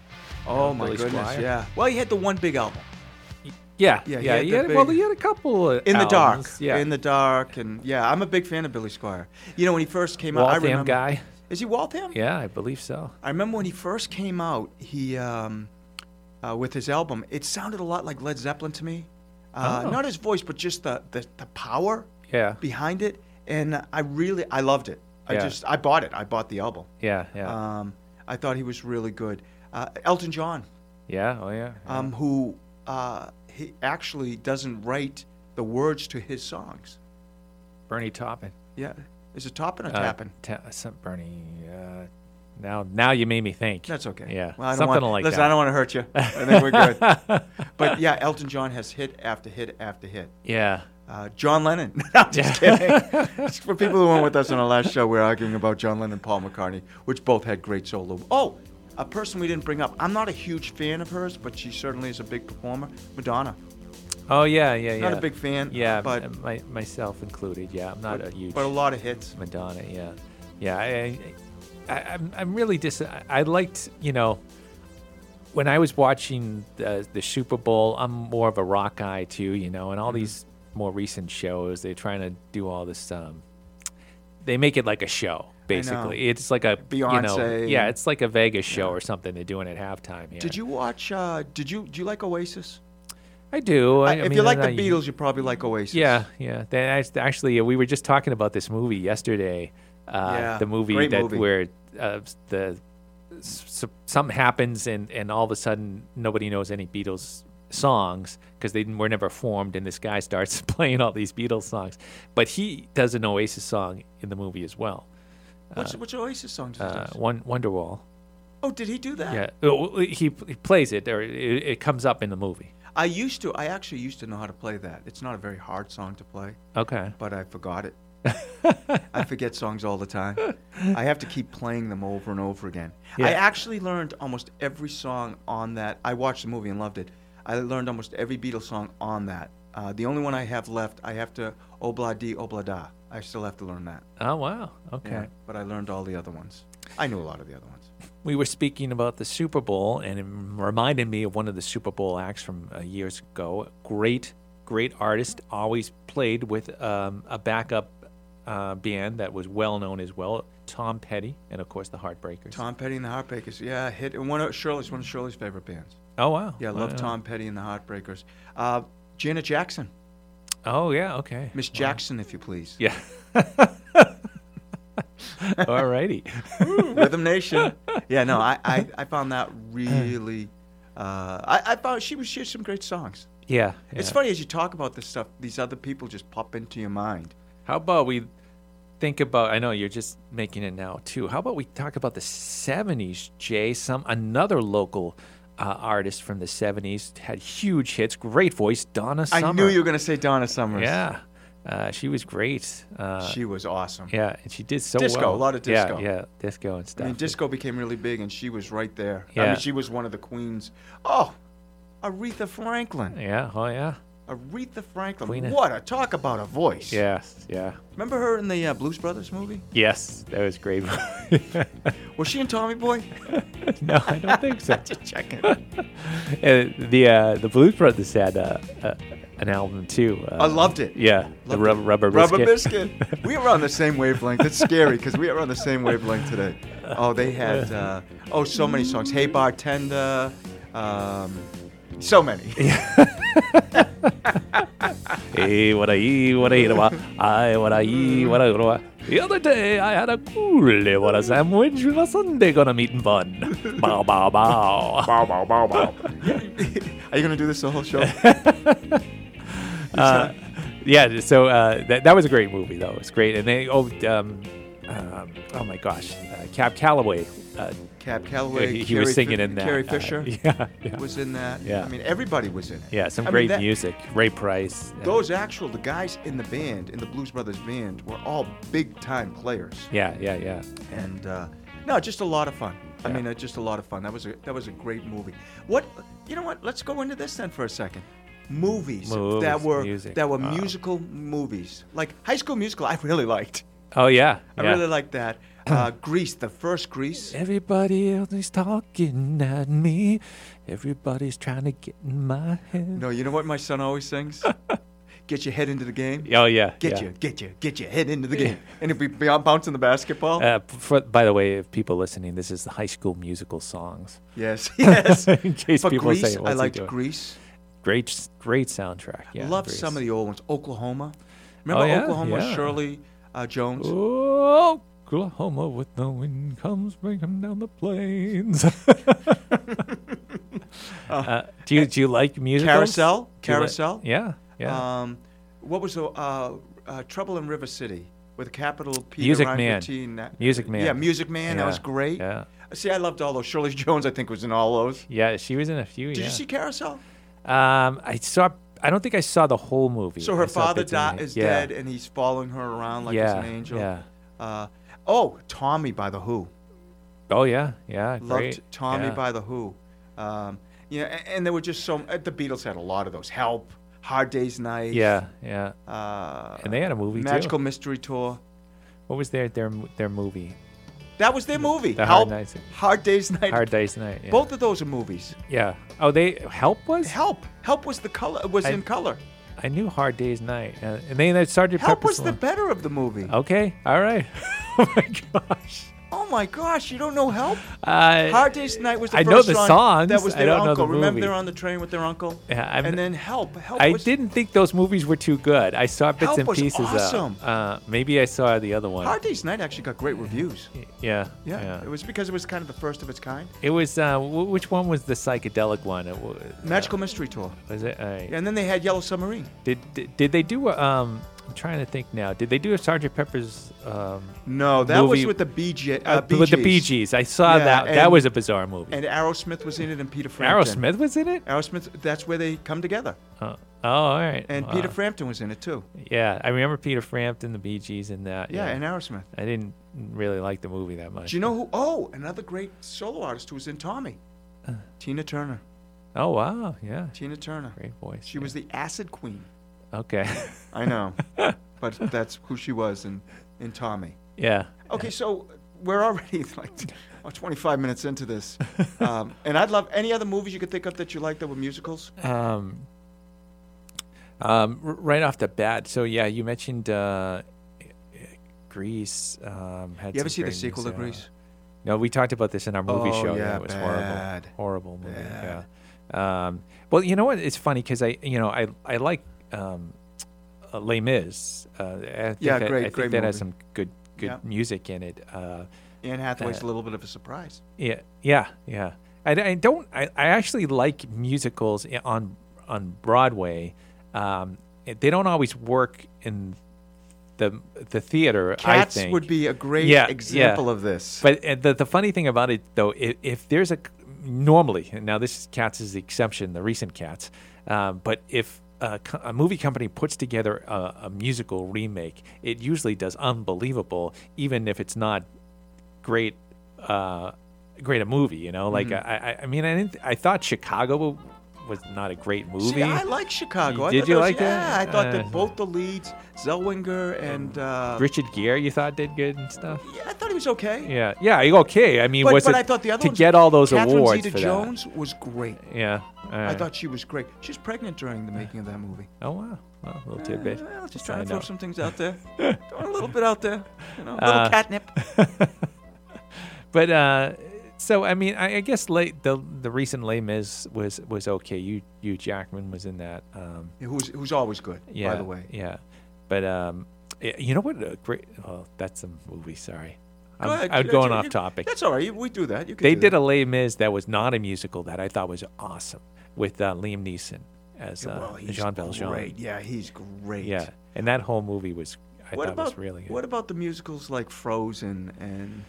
[SPEAKER 2] Oh my
[SPEAKER 1] Billy
[SPEAKER 2] goodness,
[SPEAKER 1] Squire.
[SPEAKER 2] yeah. Well, he had the one big album,
[SPEAKER 1] Yeah. Yeah.
[SPEAKER 2] Yeah, he
[SPEAKER 1] yeah
[SPEAKER 2] had
[SPEAKER 1] he
[SPEAKER 2] the
[SPEAKER 1] had, well,
[SPEAKER 2] big-
[SPEAKER 1] he had a couple of
[SPEAKER 2] In the Dark.
[SPEAKER 1] albums, Yeah.
[SPEAKER 2] In the Dark, and yeah, I'm a big fan of Billy Squire. You know, when he first came out, I
[SPEAKER 1] Waltham
[SPEAKER 2] remember.
[SPEAKER 1] guy.
[SPEAKER 2] Is he Waltham?
[SPEAKER 1] Yeah, I believe so.
[SPEAKER 2] I remember when he first came out, he um, uh, with his album, it sounded a lot like Led Zeppelin to me. Uh,
[SPEAKER 1] Oh.
[SPEAKER 2] Not his voice, but just the, the, the power
[SPEAKER 1] Yeah.
[SPEAKER 2] behind it, and I really I loved it. I
[SPEAKER 1] Yeah.
[SPEAKER 2] just I bought it. I bought the album.
[SPEAKER 1] Yeah. Yeah.
[SPEAKER 2] Um, I thought he was really good. Uh, Elton John,
[SPEAKER 1] yeah. Oh, yeah. yeah.
[SPEAKER 2] um, who uh, he actually doesn't write the words to his songs.
[SPEAKER 1] Bernie Taupin.
[SPEAKER 2] Yeah, is it Toppin or
[SPEAKER 1] Uh,
[SPEAKER 2] Tappin?
[SPEAKER 1] Ta- some Bernie. Uh, now, now you made me think.
[SPEAKER 2] That's okay.
[SPEAKER 1] Yeah,
[SPEAKER 2] well, I don't
[SPEAKER 1] something
[SPEAKER 2] want,
[SPEAKER 1] like
[SPEAKER 2] listen,
[SPEAKER 1] that.
[SPEAKER 2] I don't want to hurt you. I think we're good. but yeah, Elton John has hit after hit after hit.
[SPEAKER 1] yeah,
[SPEAKER 2] Uh, John Lennon. I'm just kidding. Just For people who weren't with us on our last show, we were arguing about John Lennon and Paul McCartney, which both had great solo. Oh, a person we didn't bring up. I'm not a huge fan of hers, but she certainly is a big performer. Madonna.
[SPEAKER 1] Oh yeah, yeah, yeah.
[SPEAKER 2] Not a big fan.
[SPEAKER 1] Yeah,
[SPEAKER 2] but
[SPEAKER 1] m- my, myself included. Yeah, I'm not
[SPEAKER 2] but,
[SPEAKER 1] a huge
[SPEAKER 2] but a lot of hits.
[SPEAKER 1] Madonna. Yeah, yeah. I, I, I I'm, I'm really dis. I, I liked, you know, when I was watching the, the Super Bowl. I'm more of a rock guy too, you know, and all
[SPEAKER 2] Mm-hmm.
[SPEAKER 1] these more recent shows. They're trying to do all this. Um, they make it like a show. Basically, it's like a You know,
[SPEAKER 2] Beyonce
[SPEAKER 1] yeah,
[SPEAKER 2] and-
[SPEAKER 1] it's like a Vegas show or something they're doing at halftime. Yeah.
[SPEAKER 2] Did you watch? Uh, did you do you like Oasis?
[SPEAKER 1] I do. I, I
[SPEAKER 2] if
[SPEAKER 1] mean,
[SPEAKER 2] you like the
[SPEAKER 1] I'm not-
[SPEAKER 2] Beatles, you probably like Oasis.
[SPEAKER 1] Yeah, yeah. They act- actually, uh, we were just talking about this movie yesterday. Uh,
[SPEAKER 2] Yeah,
[SPEAKER 1] the movie
[SPEAKER 2] great
[SPEAKER 1] that
[SPEAKER 2] movie.
[SPEAKER 1] where uh, s- the s- s- something happens and and all of a sudden nobody knows any Beatles songs because they were never formed, and this guy starts playing all these Beatles songs, but he does an Oasis song in the movie as well.
[SPEAKER 2] What's, what's Oasis song? does he
[SPEAKER 1] Uh,
[SPEAKER 2] do?
[SPEAKER 1] one Wonderwall.
[SPEAKER 2] Oh, did he do that?
[SPEAKER 1] Yeah, Oh, he, he plays it, or it, it comes up in the movie.
[SPEAKER 2] I used to. I actually used to know how to play that. It's not a very hard song to play,
[SPEAKER 1] Okay.
[SPEAKER 2] but I forgot it. I forget songs all the time. I have to keep playing them over and over again. I
[SPEAKER 1] Yeah.
[SPEAKER 2] actually learned almost every song on that. I watched the movie and loved it. I learned almost every Beatles song on that. Uh, the only one I have left, I have to Oh obla di obla da. I still have to learn that.
[SPEAKER 1] Oh wow. Okay.
[SPEAKER 2] Yeah, But I learned all the other ones. I knew a lot of the other ones.
[SPEAKER 1] we were speaking about the Super Bowl, and it reminded me of one of the Super Bowl acts from uh, years ago. Great, great artist, always played with um, a backup uh, band that was well known as well. Tom Petty, and of course the Heartbreakers.
[SPEAKER 2] Tom Petty and the Heartbreakers. Yeah, hit and one of Shirley's one of Shirley's favorite bands.
[SPEAKER 1] oh wow.
[SPEAKER 2] Yeah, I love
[SPEAKER 1] Wow.
[SPEAKER 2] Tom Petty and the Heartbreakers. Uh, Janet Jackson,
[SPEAKER 1] Oh yeah. Okay.
[SPEAKER 2] Miss Jackson, if you please.
[SPEAKER 1] Yeah. Alrighty.
[SPEAKER 2] Rhythm Nation. Yeah, no, I, I, I found that really. Uh, I, I found she was she had some great songs.
[SPEAKER 1] Yeah.
[SPEAKER 2] It's
[SPEAKER 1] yeah.
[SPEAKER 2] funny as you talk about this stuff, these other people just pop into your mind.
[SPEAKER 1] How about we think about? I know you're just making it now too. How about we talk about the '70s, Jay? Some another local uh, artist from the '70s had huge hits, great voice, Donna Summer.
[SPEAKER 2] I knew you were gonna say Donna Summers.
[SPEAKER 1] Yeah, uh, she was great. Uh,
[SPEAKER 2] she was awesome.
[SPEAKER 1] yeah, and she did so
[SPEAKER 2] Disco,
[SPEAKER 1] well.
[SPEAKER 2] a lot of disco.
[SPEAKER 1] Yeah, yeah, disco and stuff.
[SPEAKER 2] I mean, disco became really big, and she was right there. I
[SPEAKER 1] Yeah.
[SPEAKER 2] mean, she was one of the queens. Oh, Aretha Franklin.
[SPEAKER 1] yeah, oh yeah.
[SPEAKER 2] Aretha Franklin.
[SPEAKER 1] Queen of-
[SPEAKER 2] What a talk about a voice.
[SPEAKER 1] Yes, yeah.
[SPEAKER 2] Remember her in the uh, Blues Brothers movie?
[SPEAKER 1] Yes, that was great.
[SPEAKER 2] Was she in Tommy Boy?
[SPEAKER 1] no, I don't think so.
[SPEAKER 2] Just checking.
[SPEAKER 1] And the uh, the Blues Brothers had uh, uh, an album too. Uh,
[SPEAKER 2] I loved it.
[SPEAKER 1] Yeah, the
[SPEAKER 2] Loved
[SPEAKER 1] rub-
[SPEAKER 2] it.
[SPEAKER 1] rubber biscuit.
[SPEAKER 2] Rubber biscuit. we were on the same wavelength. That's scary because we are on the same wavelength today. Oh, they had uh, oh so many songs. Hey bartender, um, so many.
[SPEAKER 1] hey, what I eat, what I eat, what I what I eat, what I what. I- The other day I had a coolie, what a sandwich with a Sunday gonna meat and bun. Bow bow bow. bow bow bow bow.
[SPEAKER 2] are you gonna do this the whole show?
[SPEAKER 1] uh, yeah, so uh, that that was a great movie though. It's great, and they oh um, um, oh my gosh, uh, Cab Calloway. Uh,
[SPEAKER 2] Cab Calloway.
[SPEAKER 1] he, he
[SPEAKER 2] Carrie
[SPEAKER 1] was singing
[SPEAKER 2] Fi-
[SPEAKER 1] in that.
[SPEAKER 2] Carrie
[SPEAKER 1] uh,
[SPEAKER 2] Fisher
[SPEAKER 1] yeah, yeah.
[SPEAKER 2] was in that.
[SPEAKER 1] Yeah.
[SPEAKER 2] I mean, everybody was in it.
[SPEAKER 1] Yeah, some
[SPEAKER 2] I mean,
[SPEAKER 1] great
[SPEAKER 2] that-
[SPEAKER 1] music. Ray Price. uh,
[SPEAKER 2] Those actual the guys in the band in the Blues Brothers band were all big time players.
[SPEAKER 1] Yeah, yeah, yeah.
[SPEAKER 2] and uh, no, just a lot of fun. I
[SPEAKER 1] Yeah.
[SPEAKER 2] mean, uh, just a lot of fun. That was a that was a great movie. What you know? What? Let's go into this then for a second. Movies, that
[SPEAKER 1] Movies,
[SPEAKER 2] were
[SPEAKER 1] music. Uh.
[SPEAKER 2] that were
[SPEAKER 1] Wow.
[SPEAKER 2] musical movies, like High School Musical. I really liked.
[SPEAKER 1] Oh yeah.
[SPEAKER 2] I
[SPEAKER 1] yeah.
[SPEAKER 2] really liked that. Uh, Grease, the first Grease.
[SPEAKER 1] Everybody else is talking at me. Everybody's trying to get in my head.
[SPEAKER 2] No, you know what my son always sings? Get your head into the game.
[SPEAKER 1] Oh yeah.
[SPEAKER 2] Get
[SPEAKER 1] yeah.
[SPEAKER 2] your get your get your head into the game, and if we be out bouncing the basketball.
[SPEAKER 1] Uh, p- for, by the way, if people listening, this is the High School Musical songs.
[SPEAKER 2] yes, yes.
[SPEAKER 1] In case
[SPEAKER 2] But
[SPEAKER 1] people say,
[SPEAKER 2] Grease,
[SPEAKER 1] "What's
[SPEAKER 2] I
[SPEAKER 1] he
[SPEAKER 2] liked
[SPEAKER 1] doing?"
[SPEAKER 2] Grease.
[SPEAKER 1] Great, s- great soundtrack. Yeah,
[SPEAKER 2] Love some of the old ones. Oklahoma. Remember
[SPEAKER 1] Oh, yeah?
[SPEAKER 2] Oklahoma?
[SPEAKER 1] Yeah.
[SPEAKER 2] Shirley uh, Jones.
[SPEAKER 1] Oh, Oklahoma with the wind comes bringing down the plains. uh, do you do you like musicals?
[SPEAKER 2] Carousel?
[SPEAKER 1] Do you like-
[SPEAKER 2] Carousel?
[SPEAKER 1] yeah, yeah.
[SPEAKER 2] Um, what was the uh, uh, Trouble in River City with a capital P?
[SPEAKER 1] Music
[SPEAKER 2] rhymed
[SPEAKER 1] Man.
[SPEAKER 2] with T and that-
[SPEAKER 1] Music Man.
[SPEAKER 2] Yeah, Music Man. That was
[SPEAKER 1] Yeah,
[SPEAKER 2] great. Uh,
[SPEAKER 1] Yeah,
[SPEAKER 2] See, I loved all those. Shirley Jones, I think, was in all those.
[SPEAKER 1] yeah. She was in a few.
[SPEAKER 2] Did
[SPEAKER 1] yeah.
[SPEAKER 2] you see Carousel?
[SPEAKER 1] Um, I saw. I don't think I saw the whole movie.
[SPEAKER 2] So
[SPEAKER 1] I
[SPEAKER 2] her
[SPEAKER 1] saw
[SPEAKER 2] father
[SPEAKER 1] bits and
[SPEAKER 2] di-
[SPEAKER 1] bits.
[SPEAKER 2] is
[SPEAKER 1] Yeah.
[SPEAKER 2] dead, and he's following her around like
[SPEAKER 1] yeah,
[SPEAKER 2] he's an angel.
[SPEAKER 1] Yeah.
[SPEAKER 2] Uh, oh, Tommy by the Who.
[SPEAKER 1] Oh yeah. Yeah.
[SPEAKER 2] Loved
[SPEAKER 1] great.
[SPEAKER 2] Tommy
[SPEAKER 1] yeah.
[SPEAKER 2] by the Who. Um, yeah, and, and there were just so. uh, The Beatles had a lot of those. Help, Hard Day's Night.
[SPEAKER 1] Yeah. Yeah.
[SPEAKER 2] Uh,
[SPEAKER 1] And they had a movie
[SPEAKER 2] Magical
[SPEAKER 1] too.
[SPEAKER 2] Mystery Tour.
[SPEAKER 1] What was their their m- their movie?
[SPEAKER 2] That was their movie.
[SPEAKER 1] The Hard
[SPEAKER 2] Help,
[SPEAKER 1] Nights-
[SPEAKER 2] Hard Day's Night.
[SPEAKER 1] Hard Days Night. Yeah.
[SPEAKER 2] Both of those are movies.
[SPEAKER 1] Yeah. Oh, they Help was.
[SPEAKER 2] Help. Help was the color. Was
[SPEAKER 1] I-
[SPEAKER 2] in color.
[SPEAKER 1] I knew Hard Days Night, uh, and then they started.
[SPEAKER 2] Help was the better of the movie. Oh,
[SPEAKER 1] Okay. All right. oh my gosh.
[SPEAKER 2] my gosh, you don't know Help?
[SPEAKER 1] Uh,
[SPEAKER 2] Hard Day's Night was the
[SPEAKER 1] I
[SPEAKER 2] first
[SPEAKER 1] know the
[SPEAKER 2] song. That
[SPEAKER 1] songs,
[SPEAKER 2] was
[SPEAKER 1] I
[SPEAKER 2] their
[SPEAKER 1] don't know
[SPEAKER 2] uncle.
[SPEAKER 1] the
[SPEAKER 2] Remember
[SPEAKER 1] movie.
[SPEAKER 2] they're on the train with their uncle.
[SPEAKER 1] Yeah, I'm-
[SPEAKER 2] and then Help. Help.
[SPEAKER 1] I
[SPEAKER 2] was,
[SPEAKER 1] didn't think those movies were too good. I saw bits
[SPEAKER 2] Help
[SPEAKER 1] and
[SPEAKER 2] was
[SPEAKER 1] pieces. of-
[SPEAKER 2] awesome.
[SPEAKER 1] uh, maybe I saw the other one.
[SPEAKER 2] Hard Day's Night actually got great reviews.
[SPEAKER 1] yeah,
[SPEAKER 2] Yeah, it was because it was kind of the first of its kind.
[SPEAKER 1] It was uh, w- which one was the psychedelic one? It was,
[SPEAKER 2] Magical Mystery Tour.
[SPEAKER 1] was it? Uh,
[SPEAKER 2] And then they had Yellow Submarine.
[SPEAKER 1] Did, did did they do? a, Um, I'm trying to think now. Did they do a Sergeant Pepper's? Um,
[SPEAKER 2] No, that
[SPEAKER 1] Movie-
[SPEAKER 2] was with the BJ. Uh,
[SPEAKER 1] uh, with the Bee
[SPEAKER 2] BGs.
[SPEAKER 1] Gees. I saw
[SPEAKER 2] Yeah,
[SPEAKER 1] that. That
[SPEAKER 2] and-
[SPEAKER 1] was a bizarre movie.
[SPEAKER 2] And Aerosmith was in it, and Peter Frampton.
[SPEAKER 1] Aerosmith was in it.
[SPEAKER 2] Aerosmith. That's where they come together.
[SPEAKER 1] Uh, oh, all right.
[SPEAKER 2] And
[SPEAKER 1] Wow.
[SPEAKER 2] Peter Frampton was in it too.
[SPEAKER 1] Yeah, I remember Peter Frampton, the Bee Gees, in that.
[SPEAKER 2] Yeah, and Aerosmith.
[SPEAKER 1] I didn't really like the movie that much.
[SPEAKER 2] Do you know who? Oh, another great solo artist who was in Tommy. Uh. Tina Turner.
[SPEAKER 1] Oh wow, yeah,
[SPEAKER 2] Tina Turner.
[SPEAKER 1] great voice.
[SPEAKER 2] She was the acid queen.
[SPEAKER 1] okay.
[SPEAKER 2] I know, but that's who she was in in Tommy.
[SPEAKER 1] yeah.
[SPEAKER 2] Okay, so we're already like t- oh, 25 minutes into this, um, and I'd love any other movies you could think of that you liked that were musicals.
[SPEAKER 1] Um, um, r- right off the bat, so yeah, you mentioned uh, Greece. Um, had
[SPEAKER 2] You ever
[SPEAKER 1] some
[SPEAKER 2] see the
[SPEAKER 1] great
[SPEAKER 2] sequel to
[SPEAKER 1] music.
[SPEAKER 2] Greece?
[SPEAKER 1] No, we talked about this in our movie
[SPEAKER 2] Oh,
[SPEAKER 1] show.
[SPEAKER 2] yeah,
[SPEAKER 1] it was
[SPEAKER 2] bad.
[SPEAKER 1] horrible, horrible movie.
[SPEAKER 2] Bad.
[SPEAKER 1] Yeah. Um, well, you know what? It's funny because I, you know, I I like um, uh, Les Mis. Uh, I think
[SPEAKER 2] Yeah,
[SPEAKER 1] that,
[SPEAKER 2] great-
[SPEAKER 1] I think
[SPEAKER 2] great
[SPEAKER 1] that has some
[SPEAKER 2] movie.
[SPEAKER 1] good good
[SPEAKER 2] Yeah.
[SPEAKER 1] music in it. Uh,
[SPEAKER 2] Anne Hathaway's a little bit of a surprise.
[SPEAKER 1] yeah, yeah, yeah. I, I don't. I, I actually like musicals i- on on Broadway. Um, it- they don't always work in the the theater.
[SPEAKER 2] Cats
[SPEAKER 1] I think.
[SPEAKER 2] would be a great
[SPEAKER 1] Yeah, yeah.
[SPEAKER 2] example of this.
[SPEAKER 1] But uh, the the funny thing about it though, if, if there's a normally and now this is, Cats is the exception, the recent Cats, um, but if a, co- a movie company puts together a, a musical remake, it usually does unbelievable, even if it's not great.
[SPEAKER 2] Mm-hmm.
[SPEAKER 1] Uh, great a movie you know like I I, I mean i didn't i thought chicago was not a great
[SPEAKER 2] See,
[SPEAKER 1] movie.
[SPEAKER 2] I like Chicago. I
[SPEAKER 1] Did
[SPEAKER 2] thought
[SPEAKER 1] you
[SPEAKER 2] that was-
[SPEAKER 1] like
[SPEAKER 2] yeah,
[SPEAKER 1] that?
[SPEAKER 2] I thought
[SPEAKER 1] Uh,
[SPEAKER 2] that both the leads, Zellwenger and uh,
[SPEAKER 1] Richard Gere, you thought did good and stuff.
[SPEAKER 2] yeah, I thought he was okay.
[SPEAKER 1] Yeah, yeah, you- okay. I mean,
[SPEAKER 2] But,
[SPEAKER 1] was
[SPEAKER 2] but
[SPEAKER 1] it
[SPEAKER 2] I thought the other
[SPEAKER 1] to
[SPEAKER 2] ones-
[SPEAKER 1] get all those
[SPEAKER 2] Catherine
[SPEAKER 1] awards for
[SPEAKER 2] Zeta-Jones was great.
[SPEAKER 1] that? Yeah,
[SPEAKER 2] I
[SPEAKER 1] uh,
[SPEAKER 2] thought she was great. She was pregnant during the making of that movie.
[SPEAKER 1] Oh wow, well, a little tidbit.
[SPEAKER 2] Eh, well, just trying
[SPEAKER 1] I
[SPEAKER 2] to throw
[SPEAKER 1] know.
[SPEAKER 2] some things out there, throwing a little bit out there, you know, a
[SPEAKER 1] Uh,
[SPEAKER 2] little catnip.
[SPEAKER 1] But uh, so I mean, I, I guess late the the recent Les Mis was was okay. You you Jackman was in that. Um,
[SPEAKER 2] Who's who's always good,
[SPEAKER 1] yeah,
[SPEAKER 2] by the way.
[SPEAKER 1] yeah. But um, y- you know what? A great. Well, that's a movie. Sorry,
[SPEAKER 2] Go
[SPEAKER 1] I'm,
[SPEAKER 2] ahead,
[SPEAKER 1] I'm
[SPEAKER 2] you-
[SPEAKER 1] going
[SPEAKER 2] you-
[SPEAKER 1] off
[SPEAKER 2] you-
[SPEAKER 1] topic.
[SPEAKER 2] That's all right. you- We do that. You can
[SPEAKER 1] They
[SPEAKER 2] do
[SPEAKER 1] did a
[SPEAKER 2] that.
[SPEAKER 1] Les Mis that was not a musical that I thought was awesome with uh, Liam Neeson as uh,
[SPEAKER 2] Well, he's
[SPEAKER 1] Jean Valjean.
[SPEAKER 2] Great. Yeah, he's great.
[SPEAKER 1] Yeah, and that whole movie was I
[SPEAKER 2] What
[SPEAKER 1] thought
[SPEAKER 2] about
[SPEAKER 1] was really good.
[SPEAKER 2] what about the musicals like Frozen and?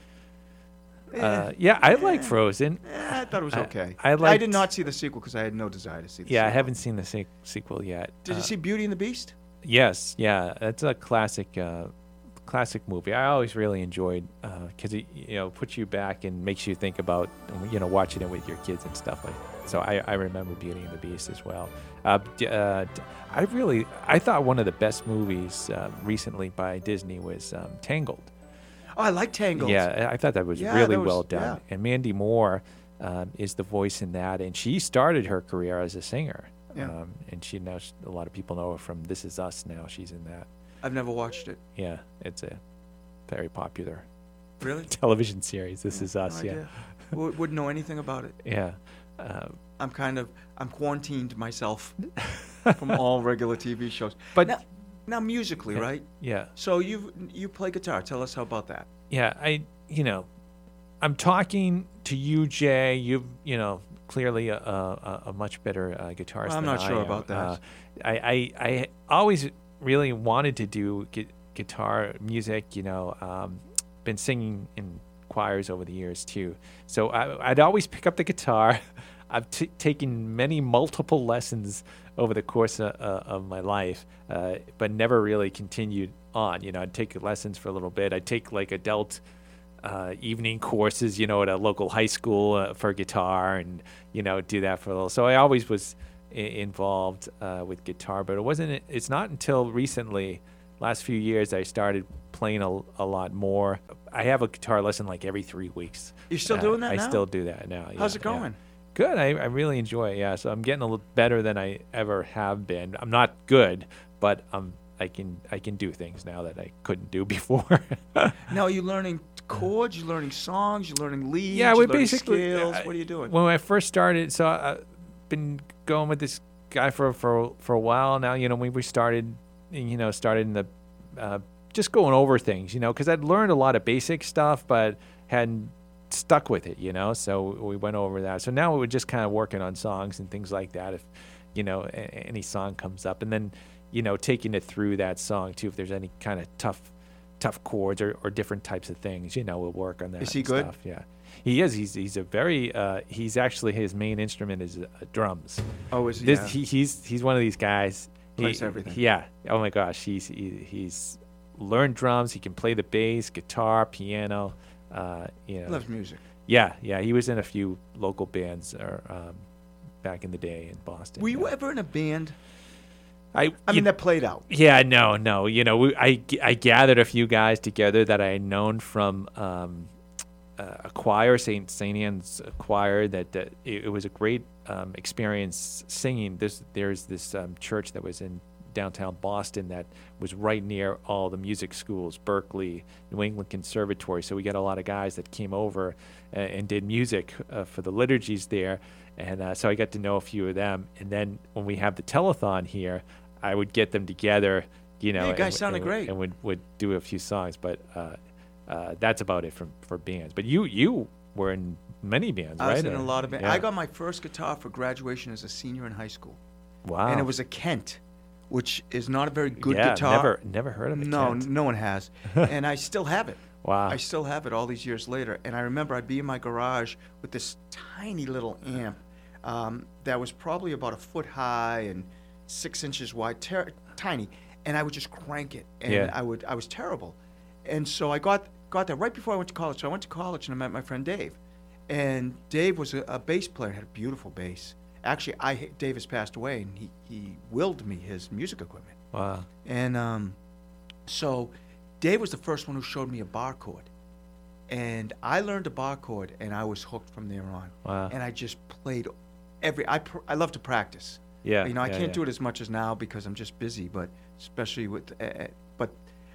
[SPEAKER 2] Eh,
[SPEAKER 1] uh, yeah, I like Frozen.
[SPEAKER 2] eh, I thought it was
[SPEAKER 1] I-
[SPEAKER 2] okay.
[SPEAKER 1] I
[SPEAKER 2] I
[SPEAKER 1] liked-
[SPEAKER 2] did not see the sequel because I had no desire to see. The
[SPEAKER 1] Yeah, I
[SPEAKER 2] sequel.
[SPEAKER 1] haven't seen the se- sequel yet.
[SPEAKER 2] Did
[SPEAKER 1] Uh,
[SPEAKER 2] you see Beauty and the Beast?
[SPEAKER 1] Yes, yeah, that's a classic, uh, classic movie. I always really enjoyed because it you know puts you back and makes you think about you know watching it with your kids and stuff like. So I, I remember Beauty and the Beast as well. Uh, d- uh, d- I really I thought one of the best movies um, recently by Disney was um, Tangled.
[SPEAKER 2] Oh, I like Tangled.
[SPEAKER 1] Yeah, I I thought that was
[SPEAKER 2] Yeah,
[SPEAKER 1] really
[SPEAKER 2] that was-
[SPEAKER 1] well done. And Mandy Moore um, is the voice in that, and she started her career as a singer.
[SPEAKER 2] Yeah.
[SPEAKER 1] Um, and she now a lot of people know her from This Is Us. Now she's in that.
[SPEAKER 2] I've never watched it.
[SPEAKER 1] Yeah, it's a very popular
[SPEAKER 2] Really?
[SPEAKER 1] television series. This Is Us.
[SPEAKER 2] No
[SPEAKER 1] yeah,
[SPEAKER 2] idea. Wou- Wouldn't know anything about it.
[SPEAKER 1] yeah. Uh,
[SPEAKER 2] I'm kind of I'm quarantined myself
[SPEAKER 1] um,
[SPEAKER 2] from all regular TV shows.
[SPEAKER 1] But-
[SPEAKER 2] now, now musically,
[SPEAKER 1] Yeah.
[SPEAKER 2] right?
[SPEAKER 1] yeah.
[SPEAKER 2] So you you play guitar. Tell us how about that.
[SPEAKER 1] yeah i you know i'm talking to you jay you've you know clearly a, a, a much better uh, guitarist
[SPEAKER 2] I'm
[SPEAKER 1] than
[SPEAKER 2] not sure
[SPEAKER 1] I am.
[SPEAKER 2] about that.
[SPEAKER 1] Uh, I, I i always really wanted to do gu- guitar music you know um, been singing in choirs over the years too so I, i'd always pick up the guitar I've t- taken many multiple lessons over the course of, uh, of my life, uh, but never really continued on. You know, I'd take lessons for a little bit. I'd take like adult uh, evening courses, you know, at a local high school uh, for guitar and, you know, do that for a little. So I always was I- involved uh, with guitar, but it wasn't, it's not until recently, last few years, I started playing a, a lot more. I have a guitar lesson like every three weeks.
[SPEAKER 2] You're still doing that
[SPEAKER 1] I
[SPEAKER 2] now?
[SPEAKER 1] still do that now.
[SPEAKER 2] How's
[SPEAKER 1] yeah,
[SPEAKER 2] it
[SPEAKER 1] yeah.
[SPEAKER 2] going?
[SPEAKER 1] Good. I, I really enjoy it. Yeah. So I'm getting a little better than I ever have been. I'm not good, but I'm. I can I can do things now that I couldn't do before.
[SPEAKER 2] Now are you learning chords? You learning songs? You learning leads?
[SPEAKER 1] yeah,
[SPEAKER 2] you
[SPEAKER 1] we
[SPEAKER 2] learning
[SPEAKER 1] basically uh,
[SPEAKER 2] scales?
[SPEAKER 1] I-
[SPEAKER 2] what are you doing?
[SPEAKER 1] When I first started, so I- I've been going with this guy for for for a while now. You know, we we started, you know, started in the uh, just going over things. You know, because I'd learned a lot of basic stuff, but hadn't stuck with it. You know, so we went over that. So now we're just kind of working on songs and things like that. If you know a- a- any song comes up, and then you know taking it through that song too. If there's any kind of tough tough chords or, or different types of things, you know, we'll work on that.
[SPEAKER 2] Is he
[SPEAKER 1] and
[SPEAKER 2] good?
[SPEAKER 1] Stuff. Yeah, he is. He's he's a very uh, he's actually his main instrument is uh, drums.
[SPEAKER 2] oh, is
[SPEAKER 1] This
[SPEAKER 2] yeah.
[SPEAKER 1] he, he's he's one of these guys. He-
[SPEAKER 2] Plays everything.
[SPEAKER 1] Yeah. Oh my gosh, he's he, he's learned drums. He can play the bass, guitar, piano. Uh, you know.
[SPEAKER 2] loves music.
[SPEAKER 1] Yeah, yeah. He was in a few local bands or um, back in the day in Boston.
[SPEAKER 2] Were you
[SPEAKER 1] yeah.
[SPEAKER 2] ever in a band?
[SPEAKER 1] I,
[SPEAKER 2] I mean,
[SPEAKER 1] you-
[SPEAKER 2] that played out.
[SPEAKER 1] yeah, no, no. You know, we, I, I gathered a few guys together that I had known from um, uh, a choir, St. St. Anne's choir, that, that it, it was a great um, experience singing. There's, there's this um, church that was in downtown Boston that was right near all the music schools, Berkeley, New England Conservatory. So we got a lot of guys that came over uh, and did music uh, for the liturgies there. And uh, so I got to know a few of them. And then when we have the telethon here, I would get them together, you know.
[SPEAKER 2] you
[SPEAKER 1] and w-
[SPEAKER 2] guys sounded
[SPEAKER 1] and w-
[SPEAKER 2] great.
[SPEAKER 1] And would, would do a few songs, but uh, uh, that's about it from for bands. But you you were in many bands,
[SPEAKER 2] I
[SPEAKER 1] right?
[SPEAKER 2] was in a
[SPEAKER 1] Or-
[SPEAKER 2] lot of bands.
[SPEAKER 1] yeah.
[SPEAKER 2] I got my first guitar for graduation as a senior in high school,
[SPEAKER 1] wow,
[SPEAKER 2] and it was a Kent, which is not a very good
[SPEAKER 1] yeah,
[SPEAKER 2] guitar.
[SPEAKER 1] Never never heard of it.
[SPEAKER 2] No,
[SPEAKER 1] Kent.
[SPEAKER 2] no one has. and I still have it.
[SPEAKER 1] Wow.
[SPEAKER 2] I still have it all these years later. And I remember I'd be in my garage with this tiny little amp um, that was probably about a foot high and six inches wide, ter- tiny. And I would just crank it. And
[SPEAKER 1] Yeah.
[SPEAKER 2] I would I was terrible. And so I got got that right before I went to college. So I went to college and I met my friend Dave. And Dave was a, a bass player, had a beautiful bass. actually, I Davis passed away, and he he willed me his music equipment.
[SPEAKER 1] Wow.
[SPEAKER 2] And um, so Dave was the first one who showed me a bar chord. And I learned a bar chord and I was hooked from there on.
[SPEAKER 1] Wow.
[SPEAKER 2] And I just played every, I, pr- I love to practice.
[SPEAKER 1] Yeah,
[SPEAKER 2] You know, I
[SPEAKER 1] yeah,
[SPEAKER 2] can't
[SPEAKER 1] yeah.
[SPEAKER 2] do it as much as now because I'm just busy, but especially with, uh, uh, but,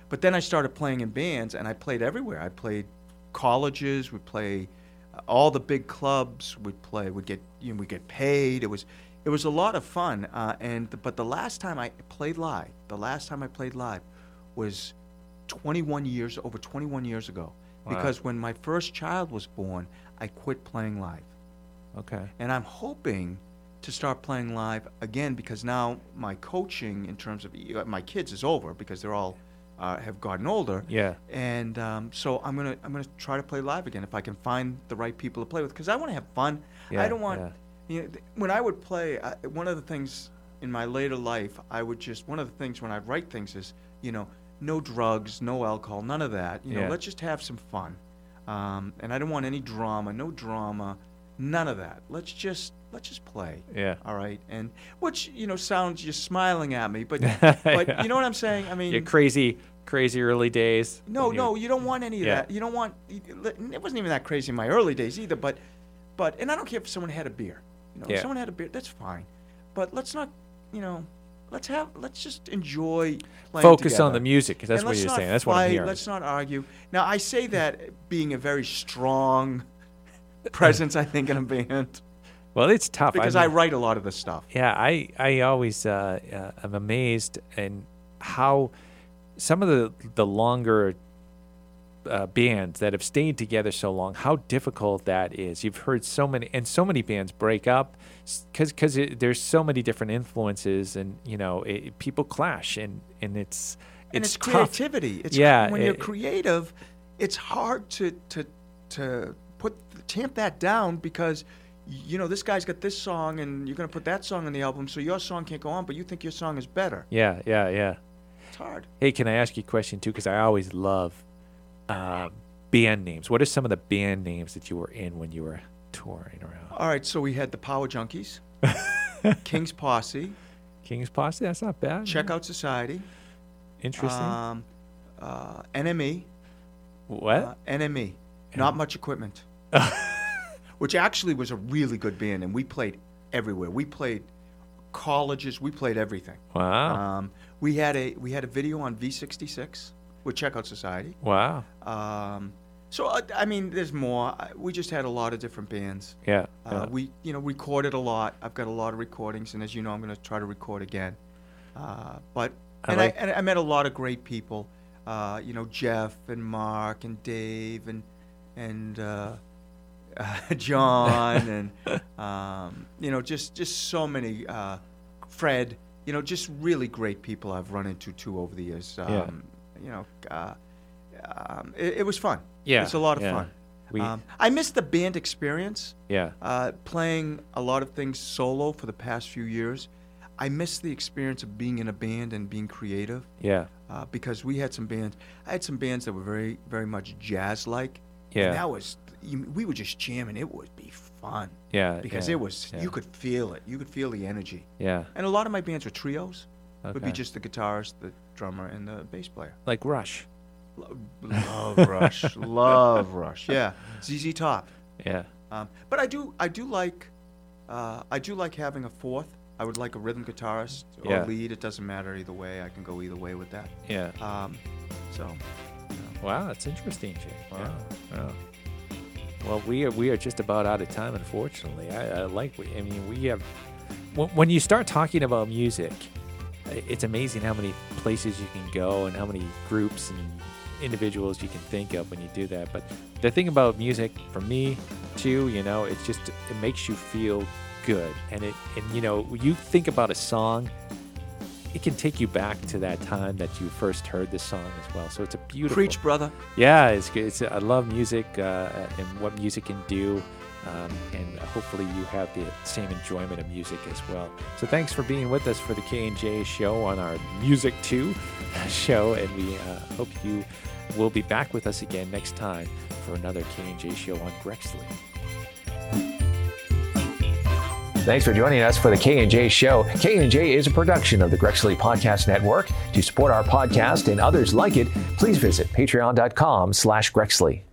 [SPEAKER 2] but then I started playing in bands and I played everywhere. I played colleges, would play uh, all the big clubs, would play, would get, you know, we get paid. It was, it was a lot of fun. Uh, and, but the last time I played live, the last time I played live was 21 years over 21 years ago because when my first child was born i quit playing live
[SPEAKER 1] Okay.
[SPEAKER 2] and i'm hoping to start playing live again because now my coaching in terms of uh, my kids is over because they're all uh, have gotten older
[SPEAKER 1] Yeah.
[SPEAKER 2] and um, so i'm gonna i'm gonna try to play live again if i can find the right people to play with because i want to have fun
[SPEAKER 1] Yeah,
[SPEAKER 2] i don't want
[SPEAKER 1] yeah.
[SPEAKER 2] you know, th- when i would play I, one of the things in my later life i would just one of the things when i write things is you know no drugs no alcohol none of that you
[SPEAKER 1] Yeah.
[SPEAKER 2] know let's just have some fun um, and i don't want any drama no drama none of that let's just let's just play
[SPEAKER 1] Yeah.
[SPEAKER 2] all right and which you know sounds you're smiling at me but but
[SPEAKER 1] Yeah.
[SPEAKER 2] you know what i'm saying i mean
[SPEAKER 1] Your crazy, crazy early days.
[SPEAKER 2] no,
[SPEAKER 1] when you-
[SPEAKER 2] no, you don't want any of
[SPEAKER 1] Yeah.
[SPEAKER 2] that. You don't want. It wasn't even that crazy in my early days either. But, but, and I don't care if someone had a beer. You know,
[SPEAKER 1] Yeah.
[SPEAKER 2] if someone had a beer, that's fine. But let's not, you know, let's have, let's just enjoy. Playing
[SPEAKER 1] Focus on the
[SPEAKER 2] together.
[SPEAKER 1] music. 'cause That's
[SPEAKER 2] And
[SPEAKER 1] what
[SPEAKER 2] let's
[SPEAKER 1] you're
[SPEAKER 2] not
[SPEAKER 1] saying. That's what I'm
[SPEAKER 2] fight,
[SPEAKER 1] hearing.
[SPEAKER 2] Let's not argue. Now I say that being a very strong presence, I think, in a band
[SPEAKER 1] Well, it's tough.
[SPEAKER 2] because
[SPEAKER 1] mean-
[SPEAKER 2] I write a lot of this stuff.
[SPEAKER 1] Yeah, I I always uh, uh, am amazed and how some of the the longer uh, bands that have stayed together so long, how difficult that is. You've heard so many and so many bands break up because because there's so many different influences and you know it, people clash and and it's
[SPEAKER 2] and it's,
[SPEAKER 1] tough.
[SPEAKER 2] creativity. It's
[SPEAKER 1] Yeah,
[SPEAKER 2] when you're
[SPEAKER 1] it-
[SPEAKER 2] creative, it's hard to to to put tamp that down because you know this guy's got this song and you're going to put that song on the album, so your song can't go on, but you think your song is better.
[SPEAKER 1] Yeah, yeah, yeah.
[SPEAKER 2] It's hard.
[SPEAKER 1] Hey, can I ask you a question too? Because I always love uh, band names. What are some of the band names that you were in when you were touring around?
[SPEAKER 2] All right, so we had the Power Junkies, King's Posse,
[SPEAKER 1] King's Posse. That's not bad.
[SPEAKER 2] Check Out Society,
[SPEAKER 1] Interesting.
[SPEAKER 2] um, uh, NME,
[SPEAKER 1] what?
[SPEAKER 2] uh, NME, Not Much Equipment, which actually was a really good band, and we played everywhere. We played colleges, we played everything.
[SPEAKER 1] wow.
[SPEAKER 2] Um, we had a we had a video on V66 with Checkout Society.
[SPEAKER 1] wow.
[SPEAKER 2] Um, so I, I mean, there's more. I- We just had a lot of different bands.
[SPEAKER 1] Yeah.
[SPEAKER 2] Uh, we you know recorded a lot. I've got a lot of recordings, and as you know, I'm going to try to record again. Uh, but
[SPEAKER 1] I
[SPEAKER 2] and,
[SPEAKER 1] like-
[SPEAKER 2] I, and I met a lot of great people. Uh, you know, Jeff and Mark and Dave and and uh, John and um, you know just just so many uh, Fred. You know, just really great people I've run into too over the years. Um,
[SPEAKER 1] Yeah.
[SPEAKER 2] You know, uh, um, it, it was fun.
[SPEAKER 1] Yeah,
[SPEAKER 2] it's a lot of
[SPEAKER 1] yeah.
[SPEAKER 2] fun.
[SPEAKER 1] We-
[SPEAKER 2] um, I miss the band experience
[SPEAKER 1] yeah.
[SPEAKER 2] uh, playing a lot of things solo for the past few years, I miss the experience of being in a band and being creative
[SPEAKER 1] Yeah.
[SPEAKER 2] uh, because we had some bands. I had some bands that were very, very much jazz-like.
[SPEAKER 1] Yeah.
[SPEAKER 2] And that was you- we were just jamming. It would be fun
[SPEAKER 1] Yeah.
[SPEAKER 2] because
[SPEAKER 1] yeah,
[SPEAKER 2] it was
[SPEAKER 1] yeah,
[SPEAKER 2] you could feel it. You could feel the energy.
[SPEAKER 1] Yeah.
[SPEAKER 2] And a lot of my bands were trios. Would
[SPEAKER 1] Okay.
[SPEAKER 2] be just the guitarist, the drummer, and the bass player.
[SPEAKER 1] Like Rush.
[SPEAKER 2] Lo- Love Rush, love Rush. Yeah, ZZ Top.
[SPEAKER 1] Yeah.
[SPEAKER 2] Um, but I do, I do like, uh, I do like having a fourth. I would like a rhythm guitarist or
[SPEAKER 1] Yeah.
[SPEAKER 2] lead. It doesn't matter either way. I can go either way with that.
[SPEAKER 1] Yeah.
[SPEAKER 2] Um, so,
[SPEAKER 1] Wow, that's interesting, Jay. Wow. wow. Well, we are we are just about out of time, unfortunately. I, I like. what- I mean, we have. When, when you start talking about music, i- it's amazing how many places you can go and how many groups and individuals you can think of when you do that. But the thing about music, for me, too, you know, it's just it makes you feel good, and it and you know you think about a song it can take you back to that time that you first heard this song as well. So it's a beautiful.
[SPEAKER 2] preach, brother.
[SPEAKER 1] Yeah, it's good. It's, I love music uh, and what music can do. Um, and hopefully you have the same enjoyment of music as well. So thanks for being with us for the K&J show on our Music 2 show. And we uh, hope you will be back with us again next time for another K&J show on Grexley. Thanks for joining us for the K&J Show. K&J is a production of the Grexley Podcast Network. To support our podcast and others like it, please visit patreon.com slash Grexley.